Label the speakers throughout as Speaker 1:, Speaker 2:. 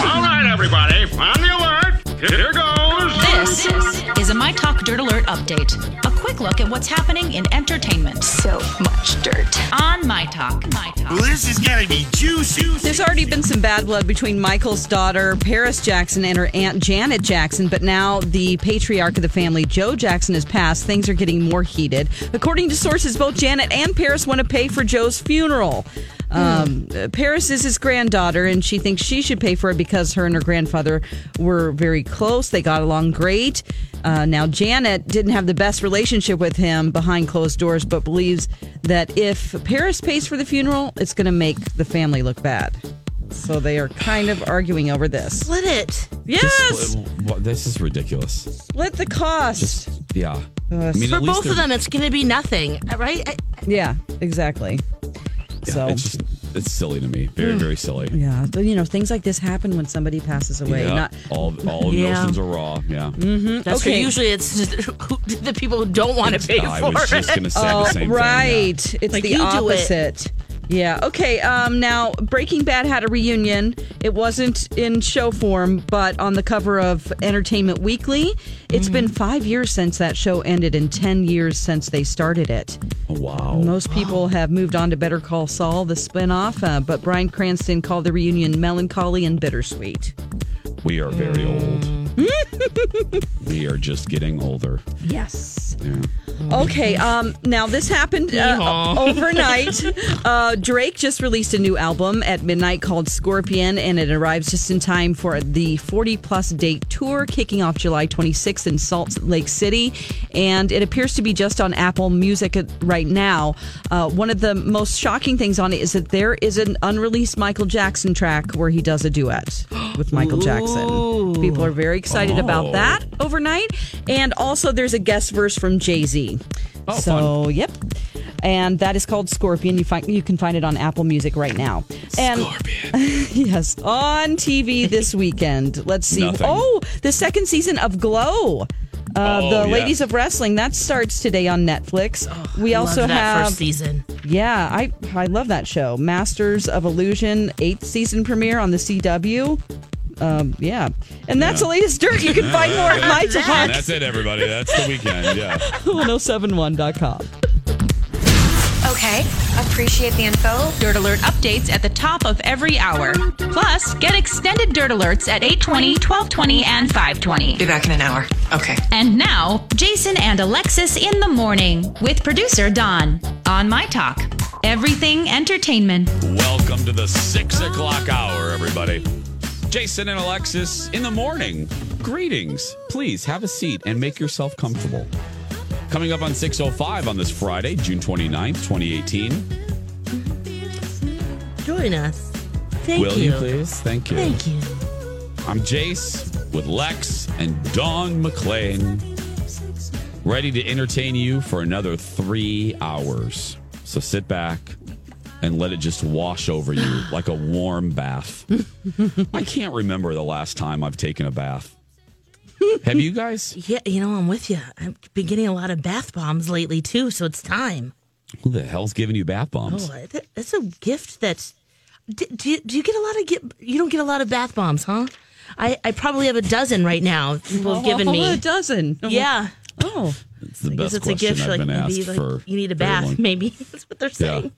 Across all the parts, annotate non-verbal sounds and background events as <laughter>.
Speaker 1: All right, everybody, on the alert. Here goes.
Speaker 2: This is a My Talk Dirt Alert update. A quick look at what's happening in entertainment. So much dirt. On My Talk. My Talk.
Speaker 3: This is gonna be juicy.
Speaker 4: There's already been some bad blood between Michael's daughter, Paris Jackson, and her aunt, Janet Jackson, but now the patriarch of the family, Joe Jackson, has passed. Things are getting more heated. According to sources, both Janet and Paris want to pay for Joe's funeral. Um, uh, Paris is his granddaughter, and she thinks she should pay for it because her and her grandfather were very close. They got along great. Uh, now, Janet didn't have the best relationship with him behind closed doors, but believes that if Paris pays for the funeral, it's going to make the family look bad. So they are kind of arguing over this.
Speaker 5: Split it.
Speaker 4: Yes,
Speaker 6: This is ridiculous.
Speaker 4: split the cost. Uh,
Speaker 6: Yeah. I mean,
Speaker 5: For
Speaker 6: at least
Speaker 5: both of
Speaker 6: they're-
Speaker 5: them, it's going to be nothing, right? I,
Speaker 4: Yeah, exactly.
Speaker 6: yeah,
Speaker 4: so.
Speaker 6: It's just, it's silly to me. Very, very silly.
Speaker 5: Hmm.
Speaker 4: Yeah, but, you know, things like this happen when somebody passes away.
Speaker 6: Yeah,
Speaker 4: Not
Speaker 6: all all
Speaker 5: Yeah.
Speaker 6: emotions are raw. Yeah.
Speaker 5: that's
Speaker 4: Okay.
Speaker 5: okay. usually it's <laughs> the people who don't want to pay
Speaker 6: I
Speaker 5: for
Speaker 6: was
Speaker 5: it. Uh,
Speaker 6: just gonna say the same
Speaker 4: right.
Speaker 6: thing.
Speaker 4: It's
Speaker 5: Like,
Speaker 4: the
Speaker 5: you do it.
Speaker 4: opposite. Yeah. Okay. Um, now, Breaking Bad had a reunion. It wasn't in show form, but on the cover of Entertainment Weekly. It's been five years since that show ended and 10 years since they started it.
Speaker 6: Yeah. Wow.
Speaker 4: Most people have moved on to Better Call Saul, the spinoff, uh, but Brian Cranston called the reunion melancholy and bittersweet.
Speaker 6: We are
Speaker 5: <laughs>
Speaker 6: very old. we are just getting older.
Speaker 4: Yes. Okay. Um. Now this happened uh, overnight. Uh, Drake just released a new album at midnight called Scorpion, and it arrives just in time for the 40 plus date tour kicking off July 26th in Salt Lake City, and it appears to be just on Apple Music right now. Uh, one of the most shocking things on it is that there is an unreleased Michael Jackson track where he does a duet <gasps> with Michael Jackson. People are very excited about
Speaker 6: Oh.
Speaker 4: that overnight. And also, there's a guest verse from Jay Z.
Speaker 6: Oh,
Speaker 4: so, yep. And that is called Scorpion. You find you can find it on Apple Music right now. And <laughs> yes, on TV this weekend. Let's see.
Speaker 6: Nothing.
Speaker 4: Oh, the second season of Glow. Uh,
Speaker 6: Oh,
Speaker 4: the
Speaker 6: yeah.
Speaker 4: Ladies of Wrestling that starts today on Netflix. we also
Speaker 5: Love that
Speaker 4: have
Speaker 5: first season.
Speaker 4: yeah, I I love that show. Masters of Illusion, eighth season premiere on the CW. Um, yeah, and that's the latest dirt. You can find more at my
Speaker 6: And that's it, everybody. That's the weekend. Yeah.
Speaker 4: 1071.com.
Speaker 7: Okay, appreciate the info.
Speaker 2: Dirt Alert updates at the top of every hour. Plus, get extended Dirt Alerts at 820, 1220, and 520.
Speaker 8: Be back in an hour. Okay.
Speaker 2: And now, Jason and Alexis in the morning with producer Don on My Talk. Everything entertainment.
Speaker 6: Welcome to the six o'clock hour, everybody. Jason and Alexis in the morning. Greetings. Please have a seat and make yourself comfortable. Coming up on 6.05 on this Friday, June 29th, 2018.
Speaker 5: Join us. Thank
Speaker 6: Will you. please? Thank you.
Speaker 5: Thank you.
Speaker 6: I'm Jace with Lex and Dawn McLean. Ready to entertain you for another three hours. So sit back and let it just wash
Speaker 5: <sighs>
Speaker 6: over you like a warm bath. I can't remember the last time I've taken a bath. Have you guys?
Speaker 5: Yeah, you know, I'm with you. I've been getting a lot of bath bombs lately, too, so it's time.
Speaker 6: Who the hell's giving you bath bombs?
Speaker 5: Oh, that, that's a gift that's. Do, do, you, do you get a lot of get? You don't get a lot of bath bombs, huh? I, I probably have a dozen right now. People have given
Speaker 4: Oh, a
Speaker 5: me.
Speaker 4: dozen.
Speaker 5: Yeah,
Speaker 4: Oh,
Speaker 6: It's the
Speaker 5: I guess
Speaker 6: best
Speaker 5: it's a
Speaker 6: question
Speaker 5: gift.
Speaker 6: I've
Speaker 5: like
Speaker 6: been
Speaker 5: maybe
Speaker 6: asked
Speaker 5: like,
Speaker 6: for.
Speaker 5: you need a <laughs>
Speaker 6: very long
Speaker 5: bath. Maybe that's what they're saying.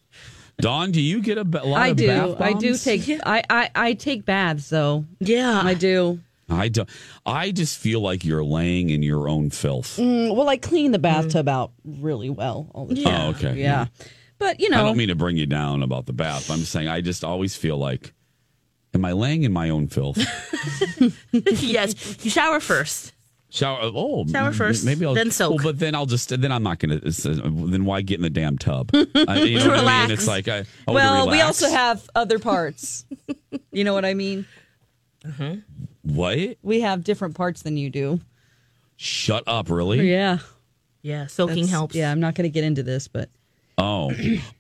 Speaker 6: Dawn, do you get a ba- lot
Speaker 4: I
Speaker 6: of
Speaker 4: do.
Speaker 6: bath
Speaker 4: I do
Speaker 6: bombs?
Speaker 4: take. I, I I take baths though.
Speaker 5: Yeah.
Speaker 4: I do.
Speaker 6: I don't. I just feel like you're laying in your own filth.
Speaker 4: Mm, well, I clean the bathtub out really well all the time.
Speaker 6: Oh, okay.
Speaker 4: Mm. Yeah. But you
Speaker 6: I
Speaker 4: know,
Speaker 6: don't mean to bring you down about the bath. I'm saying I just always feel like, am I laying in my own
Speaker 4: <laughs>
Speaker 6: filth?
Speaker 5: <laughs> yes, you shower first.
Speaker 6: Shower. Oh,
Speaker 5: Shower
Speaker 6: m-
Speaker 5: first,
Speaker 6: Maybe I'll
Speaker 5: then soak.
Speaker 6: Well, but then I'll just. Then I'm not gonna. it's, uh, Then why get in the
Speaker 4: <laughs>
Speaker 6: damn tub? I, you know what I mean?
Speaker 5: Relax.
Speaker 6: It's like I. I wanna
Speaker 4: well, we
Speaker 6: relax.
Speaker 4: also have other <laughs> parts. you know what I mean?
Speaker 6: what?
Speaker 4: We have different parts than you do.
Speaker 6: Shut up! Really?
Speaker 4: Yeah.
Speaker 5: Yeah, soaking
Speaker 4: That's-
Speaker 5: helps.
Speaker 4: Yeah, I'm not going to get into this, but
Speaker 6: Oh.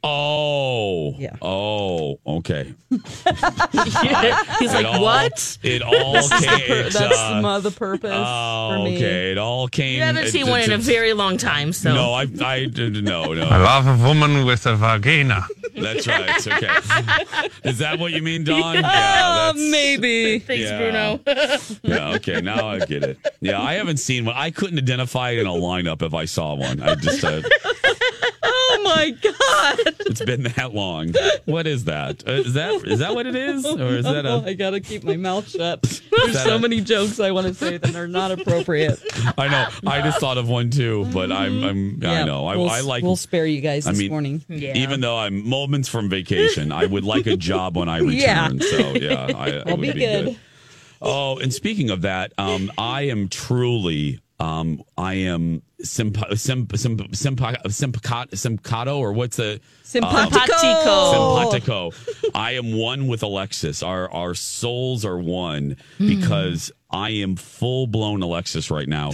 Speaker 6: Oh.
Speaker 4: Yeah.
Speaker 6: Oh.
Speaker 4: <laughs>
Speaker 6: Okay.
Speaker 5: He's
Speaker 6: It
Speaker 5: like,
Speaker 6: all-
Speaker 5: what?
Speaker 4: <laughs>
Speaker 6: It all came.
Speaker 4: that's
Speaker 6: uh,
Speaker 4: the other purpose
Speaker 6: Oh,
Speaker 4: for me.
Speaker 6: okay. It all came.
Speaker 5: You haven't
Speaker 6: it-
Speaker 5: seen
Speaker 6: it-
Speaker 5: one in a
Speaker 6: it-
Speaker 5: very long time, so
Speaker 6: <laughs> No, I, I, no,
Speaker 3: I
Speaker 6: no.
Speaker 3: love a woman with a vagina.
Speaker 6: That's right. Okay. Is that what you mean, Don? Yeah, that's,
Speaker 4: Oh, Maybe.
Speaker 5: thanks,
Speaker 6: yeah.
Speaker 5: Bruno.
Speaker 6: <laughs> Yeah, okay. Now I get it. Yeah, I haven't seen one. I couldn't identify it in a lineup if I saw one. I just, uh,
Speaker 4: <laughs> Oh my god!
Speaker 6: it's been that long. What is that? Uh, is that is that what it is, or is that
Speaker 4: Oh, I
Speaker 6: a?
Speaker 4: gotta keep my mouth shut.
Speaker 6: Is
Speaker 4: There's
Speaker 6: that
Speaker 4: so
Speaker 6: a-
Speaker 4: many jokes I want to say that are not appropriate.
Speaker 6: I know. I just thought of one too, but I'm, I'm, I
Speaker 4: Yeah,
Speaker 6: know. I,
Speaker 4: we'll,
Speaker 6: I like.
Speaker 4: We'll spare you guys
Speaker 6: I
Speaker 4: this
Speaker 6: mean, hmm.
Speaker 4: morning.
Speaker 5: Yeah.
Speaker 6: Even though I'm moments from vacation, I would
Speaker 4: <laughs>
Speaker 6: like a job when I return.
Speaker 4: Yeah.
Speaker 6: So yeah, I, it would
Speaker 4: be
Speaker 6: be,
Speaker 4: good.
Speaker 6: good. Oh, and speaking of that, um, I am truly, um, I am simp- simp- simp- simp- simpicot- simpicado, or what's the
Speaker 4: Simpatico.
Speaker 5: Oh.
Speaker 6: simpatico? I am one with Alexis. Our our souls are one
Speaker 5: Hmm.
Speaker 6: because I am full blown Alexis
Speaker 5: <laughs>
Speaker 6: right now.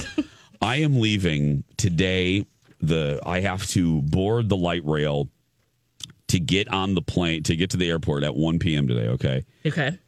Speaker 6: I am leaving today. The I have to board the light rail to get on the plane to get to the airport at 1 p.m. today. Okay
Speaker 5: Okay.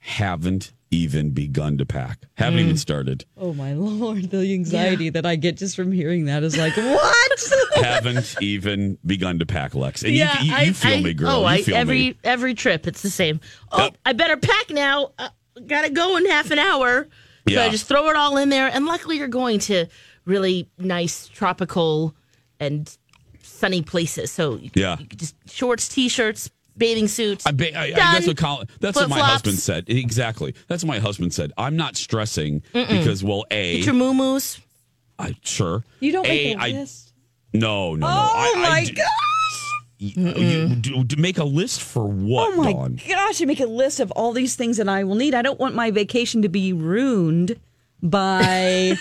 Speaker 6: haven't even begun to pack. Haven't
Speaker 5: Hmm.
Speaker 6: even started.
Speaker 4: Oh my lord! The anxiety that I get just from hearing that is like what?
Speaker 5: <laughs>
Speaker 6: haven't even begun to pack, Lex. And
Speaker 5: yeah,
Speaker 6: you, you, you
Speaker 5: I,
Speaker 6: feel
Speaker 5: I,
Speaker 6: me, girl.
Speaker 5: Oh,
Speaker 6: you
Speaker 5: I,
Speaker 6: feel
Speaker 5: every
Speaker 6: me.
Speaker 5: every trip, it's the same. Oh,
Speaker 6: Yep.
Speaker 5: I better pack now. Uh, gotta go in half an hour. So
Speaker 6: Yeah.
Speaker 5: I just throw it all in there, and luckily you're going to really nice tropical and sunny places. So you-
Speaker 6: Yeah.
Speaker 5: you just shorts, t-shirts, bathing suits.
Speaker 6: I, ba- I, I,
Speaker 5: Done.
Speaker 6: that's what Colin, that's what my
Speaker 5: Flip-flops.
Speaker 6: husband said. Exactly. That's what my husband said. I'm not stressing because, well, a
Speaker 5: Get your moo-moos.
Speaker 6: I- sure.
Speaker 4: You don't
Speaker 6: a,
Speaker 4: make a
Speaker 6: I-
Speaker 4: list.
Speaker 6: No, no, no.
Speaker 4: Oh
Speaker 6: I,
Speaker 4: my
Speaker 6: I, d- You, you do, do make a list for what,
Speaker 4: Oh my
Speaker 6: Dawn?
Speaker 4: gosh! I make a list of all these things that I will need. I don't want my vacation to be ruined
Speaker 6: <laughs>
Speaker 4: by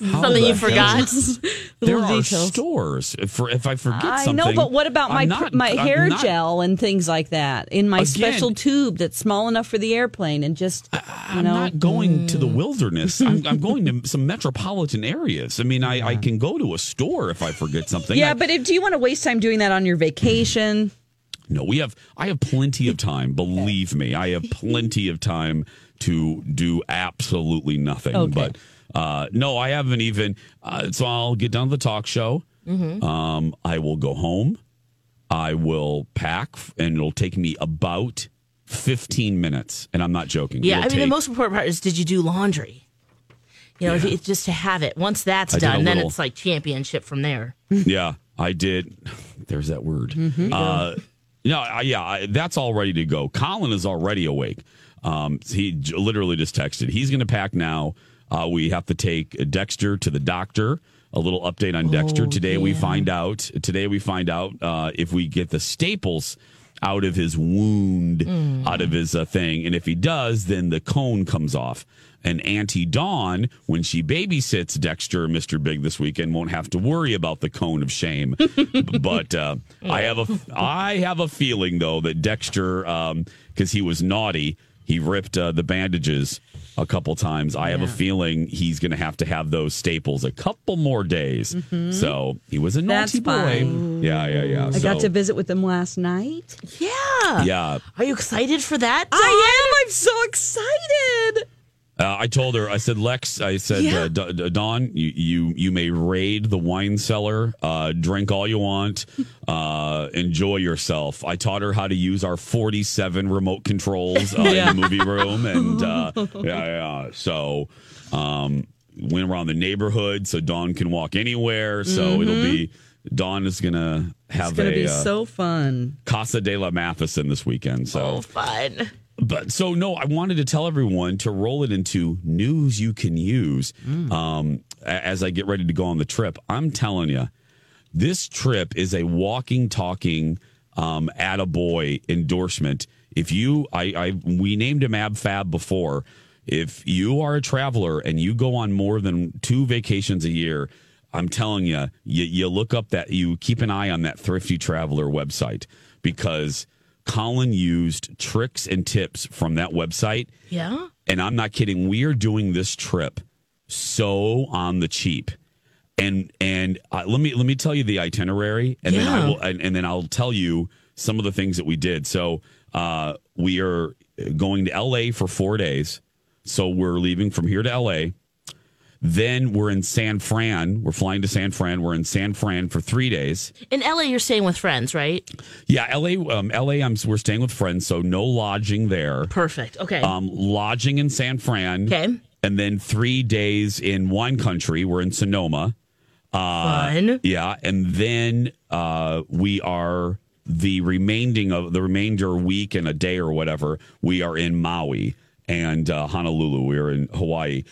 Speaker 6: How
Speaker 5: Something
Speaker 6: the
Speaker 5: you
Speaker 6: hell- <laughs>
Speaker 5: forgot.
Speaker 4: <laughs>
Speaker 6: There
Speaker 4: little
Speaker 6: are
Speaker 4: details.
Speaker 6: stores. If, if I forget
Speaker 4: I
Speaker 6: something,
Speaker 4: know, but what about my
Speaker 6: I'm
Speaker 4: cr-
Speaker 6: not-
Speaker 4: my
Speaker 6: I'm
Speaker 4: hair
Speaker 6: not-
Speaker 4: gel and things like that in my
Speaker 6: Again-
Speaker 4: special tube that's small enough for the airplane and just you
Speaker 6: I'm
Speaker 4: know Mm.
Speaker 6: not going to the wilderness. I'm, I'm going
Speaker 4: <laughs>
Speaker 6: to some metropolitan areas. I mean, I, I can go to a store if I forget something.
Speaker 4: yeah.
Speaker 6: I-
Speaker 4: But if, do you want to waste time doing that on your vacation?
Speaker 6: no, we have. I have plenty of
Speaker 5: <laughs>
Speaker 6: time. Believe me, I have plenty of time to do absolutely nothing.
Speaker 4: Okay.
Speaker 6: But uh, no, I haven't even. Uh, so I'll get down to the talk show.
Speaker 5: Mm-hmm.
Speaker 6: Um, I will go home. I will pack, and it'll take me about 15 minutes. And I'm not joking.
Speaker 5: Yeah, I
Speaker 6: It'll
Speaker 5: mean the
Speaker 6: take-
Speaker 5: most important part is did you do laundry? You know, if it's just to have it. Once that's
Speaker 6: I did a
Speaker 5: done, then
Speaker 6: little-
Speaker 5: it's like championship from there.
Speaker 6: Yeah, I did. There's that word. Uh, no, I, yeah, I, that's all ready to go. Colin is already awake. Um, he j- literally just texted. He's going to pack now. Uh, we have to take Dexter to the doctor. A little update on Dexter today. We find out today. We find out uh, if we get the staples out of his wound, out of his uh, thing, and if he does, then the cone comes off. And Auntie Dawn, when she babysits Dexter, and Mr. Big this weekend, won't have to worry about the cone of shame. <laughs> but uh, I have a, I have a feeling though that Dexter, because he was naughty, he ripped uh, the bandages a couple times. I have a feeling he's going to have to have those staples a couple more days. So he was a
Speaker 4: Mm-hmm. That's
Speaker 6: naughty boy.
Speaker 4: fine.
Speaker 6: Yeah, yeah, yeah.
Speaker 4: I got
Speaker 6: So,
Speaker 4: to visit with them last night.
Speaker 5: Yeah.
Speaker 6: yeah.
Speaker 5: Are you excited for that?
Speaker 4: I am. I'm so excited.
Speaker 6: Uh, I told her. I said, Lex. I said, uh, D- D- Don, you, you you may raid the wine cellar, uh, drink all
Speaker 4: <laughs>
Speaker 6: you want, uh, enjoy yourself. I taught her how to use our forty-seven remote controls uh, in the movie
Speaker 4: <laughs>
Speaker 6: room, and uh, yeah, yeah. So um, went around the neighborhood, so Dawn can walk anywhere. So it'll be Dawn is gonna
Speaker 4: Mm-hmm.
Speaker 6: have
Speaker 4: It's going
Speaker 6: a
Speaker 4: to be
Speaker 6: uh,
Speaker 4: so fun.
Speaker 6: Casa de la Matheson this weekend. So
Speaker 5: fun.
Speaker 6: But so no, I wanted to tell everyone to roll it into news you can use. Um, a- as I get ready to go on the trip, I'm telling you, this trip is a walking, talking, um, attaboy endorsement. If you, I, I, we named him AbFab before. If you are a traveler and you go on more than two vacations a year, I'm telling you, you, you look up that, you keep an eye on that Thrifty Traveler website because Colin used tricks and tips from that website.
Speaker 5: Yeah.
Speaker 6: And I'm not kidding. We are doing this trip so on the cheap. And and uh, let me let me tell you the itinerary, and then I
Speaker 5: Yeah.
Speaker 6: will, and, and then I'll tell you some of the things that we did. So uh, we are going to L.A. for four days. So we're leaving from here to L.A. Then we're in San Fran. We're flying to San Fran. We're in San Fran for three days.
Speaker 5: In LA, you're staying with friends, right?
Speaker 6: Yeah, LA, um, LA. I'm we're staying with friends, so no lodging there.
Speaker 5: Perfect. Okay.
Speaker 6: Um, lodging in San Fran.
Speaker 5: Okay.
Speaker 6: And then three days in wine country. We're in Sonoma. Uh,
Speaker 5: Fun.
Speaker 6: Yeah, and then uh, we are the remaining of the remainder week and a day or whatever. We are in Maui and uh, Honolulu. We are in Hawaii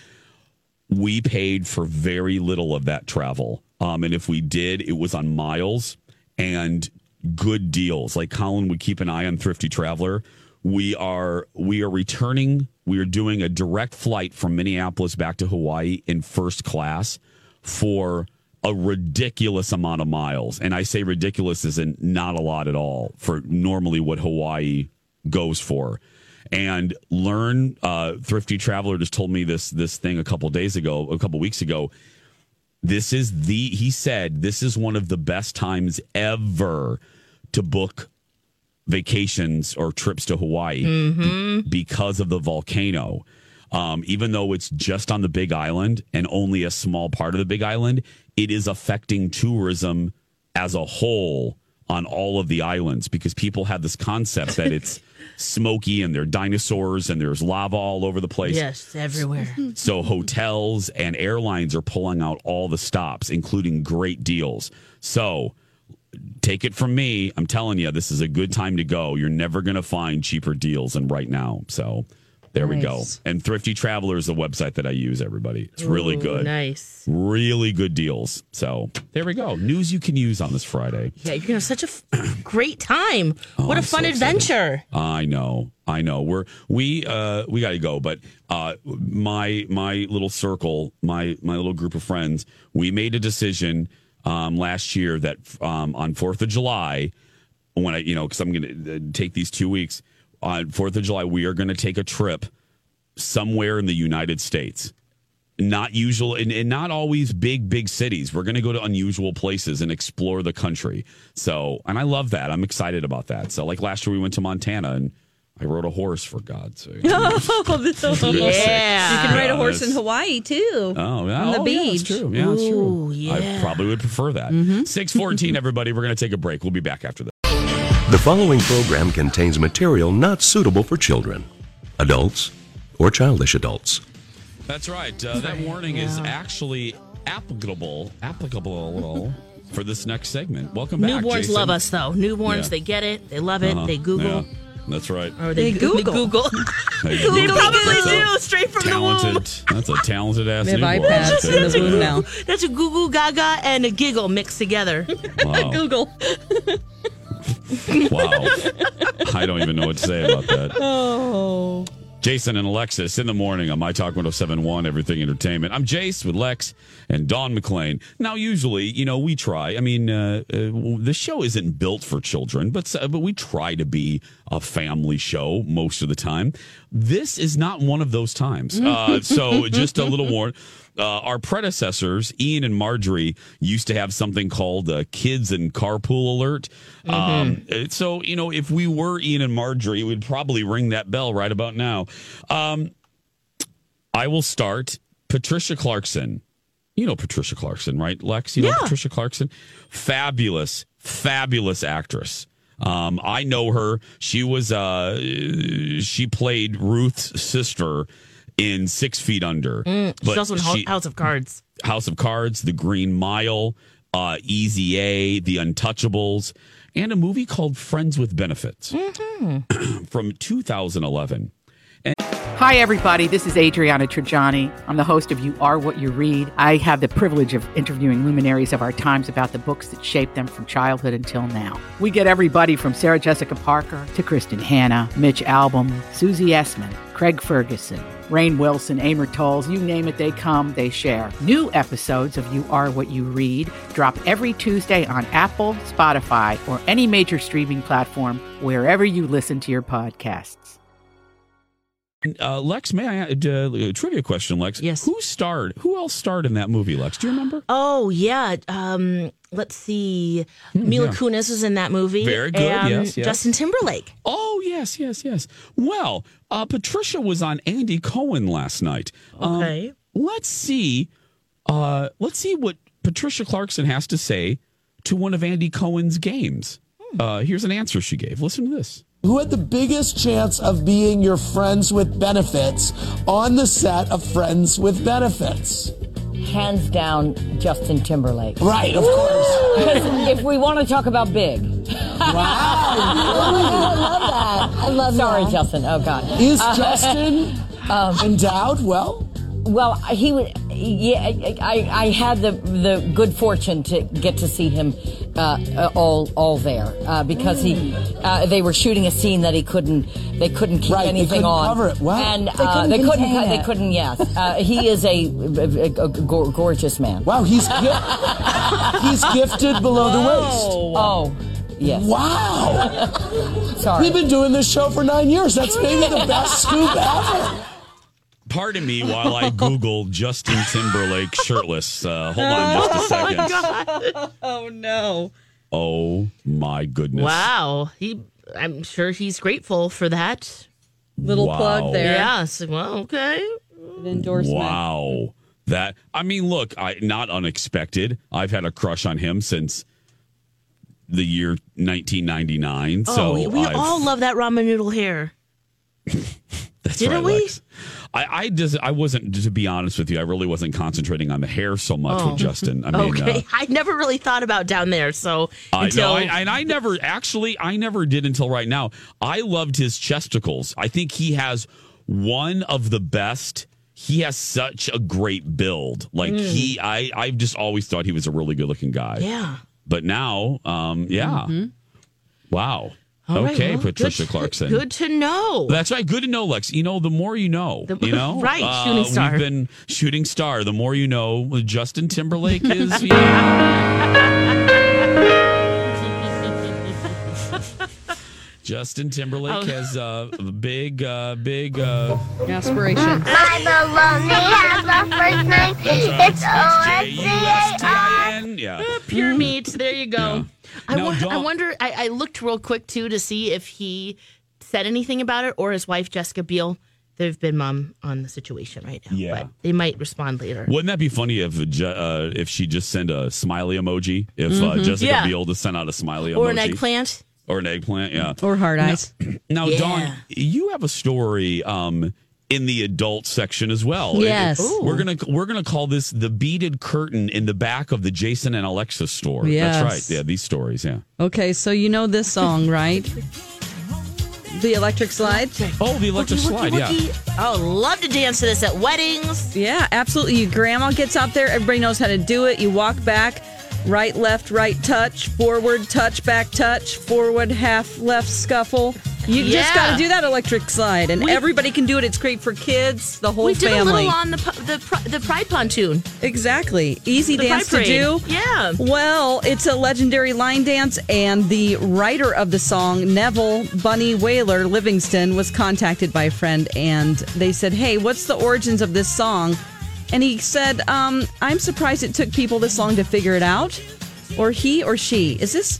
Speaker 6: we paid for very little of that travel. Um, and if we did, it was on miles and good deals. Like Colin would keep an eye on Thrifty Traveler. We are we are returning. We are doing a direct flight from Minneapolis back to Hawaii in first class for a ridiculous amount of miles. And I say ridiculous is in not a lot at all for normally what Hawaii goes for and learn uh, thrifty traveler just told me this this thing a couple days ago a couple weeks ago this is the he said this is one of the best times ever to book vacations or trips to hawaii be- because of the volcano um, even though it's just on the big island and only a small part of the big island it is affecting tourism as a whole on all of the islands because people have this concept that it's smoky and there are dinosaurs and there's lava all over the place
Speaker 5: Yes, everywhere.
Speaker 6: so hotels and airlines are pulling out all the stops, including great deals. So take it from me. I'm telling you, this is a good time to go. You're never going to find cheaper deals than right now. So there we go.
Speaker 4: Nice.
Speaker 6: And Thrifty Traveler is the website that I use, everybody. It's really
Speaker 5: Ooh,
Speaker 6: good.
Speaker 5: Nice.
Speaker 6: Really good deals. So there we go. News you can use on this Friday.
Speaker 5: Yeah, you're gonna have such a f- <coughs> great time. what a
Speaker 6: Oh, I'm so
Speaker 5: fun
Speaker 6: excited.
Speaker 5: adventure.
Speaker 6: I know, I know. We're we uh we gotta go, but uh my my little circle, my my little group of friends, we made a decision um last year that um on Fourth of July, when I you know because I'm gonna uh, take these two weeks on Fourth of July, we are gonna take a trip somewhere in the United States. Not usual and, and not always big, big cities. We're going to go to unusual places and explore the country. So, and I love that. I'm excited about that. So, like last year, we went to Montana and I rode a horse for God's sake. <laughs> oh,
Speaker 4: <laughs>
Speaker 5: Yeah.
Speaker 4: You can ride
Speaker 6: Yeah,
Speaker 4: a horse in
Speaker 6: that's-
Speaker 4: Hawaii too.
Speaker 6: yeah.
Speaker 4: On the
Speaker 6: Oh, yeah, that's
Speaker 4: beach.
Speaker 6: true. Yeah, that's true.
Speaker 5: Ooh,
Speaker 6: I
Speaker 5: yeah.
Speaker 6: probably would prefer that. 614, <laughs> everybody. We're going to take a break. We'll be back after this.
Speaker 9: The following program contains material not suitable for children, adults, or childish adults.
Speaker 6: That's right. Uh, that warning is actually applicable applicable for this next segment. Welcome back.
Speaker 5: Newborns
Speaker 6: Jason.
Speaker 5: love us though. Newborns,
Speaker 6: Yeah.
Speaker 5: they get it. They love it.
Speaker 6: Uh-huh.
Speaker 5: They Google.
Speaker 6: Yeah, that's right.
Speaker 5: Or they,
Speaker 4: They
Speaker 5: Goo-
Speaker 4: Google. <laughs>
Speaker 5: Google.
Speaker 6: They
Speaker 5: they
Speaker 6: Google.
Speaker 5: probably
Speaker 6: That's a
Speaker 5: do <laughs> straight from the womb.
Speaker 6: talented. That's a talented ass.
Speaker 4: They have
Speaker 6: newborn.
Speaker 4: iPads in the womb now.
Speaker 5: That's a goo goo gaga and a giggle mixed together.
Speaker 6: Wow.
Speaker 4: Google.
Speaker 6: wow. I don't even know what to say about that. Oh. Jason and Alexis in the morning on My Talk 1071, Everything Entertainment. I'm Jace with Lex and Don McLean. Now, usually, you know, we try. I mean, uh, uh, the show isn't built for children, but, uh, but we try to be a family show most of the time. This is not one of those times. Uh, so, just a little warning. Uh, our predecessors, Ian and Marjorie, used to have something called uh, Kids and Carpool Alert. Um, uh, so, you know, if we were Ian and Marjorie, we'd probably ring that bell right about now. Um, I will start. Patricia Clarkson. You know Patricia Clarkson, right, Lex? You know Patricia Clarkson? Fabulous, fabulous actress. Um, I know her. She was, uh, she played Ruth's sister in Six Feet Under.
Speaker 5: She's also in Hou-
Speaker 6: she-
Speaker 5: House of Cards.
Speaker 6: House of Cards, The Green Mile, uh, Easy A, The Untouchables, and a movie called Friends with Benefits <clears throat> from 2011.
Speaker 10: Hi, everybody. This is Adriana Trajani. I'm the host of You Are What You Read. I have the privilege of interviewing luminaries of our times about the books that shaped them from childhood until now. We get everybody from Sarah Jessica Parker to Kristen Hanna, Mitch Albom, Susie Essman, Craig Ferguson, Rain Wilson, Amor Tolls, you name it, they come, they share. New episodes of You Are What You Read drop every Tuesday on Apple, Spotify, or any major streaming platform wherever you listen to your podcasts.
Speaker 6: Uh, Lex, may I add uh, a trivia question, Lex? Yes. Who starred? Who else starred in that movie, Lex? Do you remember?
Speaker 5: Oh yeah. Um, let's see. Mila
Speaker 6: Hmm, yeah.
Speaker 5: Kunis was in that movie.
Speaker 6: Very good,
Speaker 5: and
Speaker 6: yes, yes.
Speaker 5: Justin Timberlake.
Speaker 6: Oh yes, yes, yes. Well, uh, Patricia was on Andy Cohen last night. Um,
Speaker 5: Okay.
Speaker 6: let's see. Uh, let's see what Patricia Clarkson has to say to one of Andy Cohen's games. Uh, here's an answer she gave. Listen to this.
Speaker 11: Who had the biggest chance of being your friends with benefits on the set of Friends with Benefits?
Speaker 12: Hands down, Justin Timberlake.
Speaker 11: Right, of course.
Speaker 12: Because if we want to talk about big. <laughs> Wow. I love that. I love Sorry, Justin. Oh, God.
Speaker 11: Is Justin
Speaker 12: <laughs> endowed well? Well, he would. Yeah, I, I had the the good fortune to get to see him uh, uh, all all there uh, because he uh, they were shooting a scene that he couldn't they couldn't keep
Speaker 11: Right, they
Speaker 12: anything
Speaker 11: couldn't
Speaker 12: on
Speaker 11: cover it. Wow.
Speaker 12: and
Speaker 11: They
Speaker 12: uh,
Speaker 11: couldn't
Speaker 12: they couldn't
Speaker 11: contain
Speaker 12: they
Speaker 11: it.
Speaker 12: couldn't yes uh, he is a, a, a- a gor- gorgeous man
Speaker 11: wow he's He's gifted below the waist.
Speaker 12: Oh, yes.
Speaker 11: Wow.
Speaker 12: <laughs> Sorry.
Speaker 11: We've been doing this show for nine years. That's maybe the best scoop ever.
Speaker 6: Pardon me while I <laughs> Google Justin Timberlake shirtless. Uh, hold on just a second.
Speaker 5: oh no.
Speaker 6: Oh my goodness!
Speaker 5: Wow. He. I'm sure he's grateful for that.
Speaker 6: Little plug Wow. there.
Speaker 5: Yes. Well, okay.
Speaker 6: Oh,
Speaker 4: endorsement.
Speaker 6: Wow. That I mean, look, I not unexpected. I've had a crush on him since the year 1999. so
Speaker 5: oh, we
Speaker 6: I've-
Speaker 5: all love that ramen noodle hair.
Speaker 6: that's
Speaker 5: didn't
Speaker 6: right,
Speaker 5: we?
Speaker 6: Lex. I, I just I wasn't to be honest with you. I really wasn't concentrating on the hair so much
Speaker 5: Oh.
Speaker 6: with Justin. I mean,
Speaker 5: okay.
Speaker 6: uh,
Speaker 5: <laughs> I never really thought about down there. So
Speaker 6: I
Speaker 5: until
Speaker 6: know, I, and I never actually, I never did until right now. I loved his chesticles. I think he has one of the best. He has such a great build. Like
Speaker 5: Mm.
Speaker 6: he, I, I've just always thought he was a really good looking guy.
Speaker 5: Yeah. Mm-hmm.
Speaker 6: But now, um, yeah. Wow.
Speaker 5: All right,
Speaker 6: okay,
Speaker 5: well, good
Speaker 6: Patricia
Speaker 5: to-
Speaker 6: Clarkson.
Speaker 5: Good to know.
Speaker 6: That's right. Good to know, Lex. You know, the more you know,
Speaker 5: The-
Speaker 6: you
Speaker 5: <laughs>
Speaker 6: know, Uh,
Speaker 5: Right, shooting star.
Speaker 6: We've been shooting star. The more you know,
Speaker 5: <laughs>
Speaker 6: Justin Timberlake is. yeah. Justin
Speaker 5: Oh.
Speaker 6: Timberlake has uh, big, uh, big. Uh,
Speaker 4: Aspirations.
Speaker 6: It's O-S-C-A-R. Yeah.
Speaker 5: Pure meat. There you go. I,
Speaker 6: Now,
Speaker 5: wo- I
Speaker 6: Dawn-
Speaker 5: wonder. I, I looked real quick too to see if he said anything about it or his wife Jessica Biel. They've been mom on the situation right now.
Speaker 6: Yeah.
Speaker 5: but they might respond later.
Speaker 6: Wouldn't that be funny if Ju- uh, if she just sent a smiley emoji? If uh,
Speaker 5: Mhm.
Speaker 6: Jessica
Speaker 5: Yeah.
Speaker 6: Biel just sent out a smiley emoji
Speaker 5: Or an eggplant.
Speaker 6: or an eggplant, yeah,
Speaker 4: Or hard eyes.
Speaker 6: <clears throat> Now,
Speaker 5: Yeah.
Speaker 6: Dawn, you have a story um, in the adult section as well.
Speaker 4: Yes.
Speaker 6: It- we're gonna we're gonna call this the beaded curtain in the back of the Jason and Alexa store.
Speaker 4: Yes.
Speaker 6: That's right. Yeah, these stories. Yeah.
Speaker 4: Okay, so you know this song, right? The Electric Slide?
Speaker 6: Oh, the Electric Slide, yeah.
Speaker 5: Oh, love to dance to this at weddings.
Speaker 4: Yeah, absolutely. Your grandma gets out there, everybody knows how to do it. You walk back, right, left, right, touch, forward, touch, back, touch, forward, half, left, scuffle. You just
Speaker 5: Yeah.
Speaker 4: got to do that electric slide, and everybody can do it. It's great for kids, the whole
Speaker 5: we did a
Speaker 4: family.
Speaker 5: little on the pu- the pri- the pride pontoon.
Speaker 4: Exactly. Easy
Speaker 5: The
Speaker 4: dance to
Speaker 5: Pride
Speaker 4: do.
Speaker 5: Parade. Yeah.
Speaker 4: Well, it's a legendary line dance, and the writer of the song, Neville Bunny Whaler Livingston, was contacted by a friend, and they said, Hey, what's the origins of this song? And he said, um, I'm surprised it took people this long to figure it out. Or he or she. Is this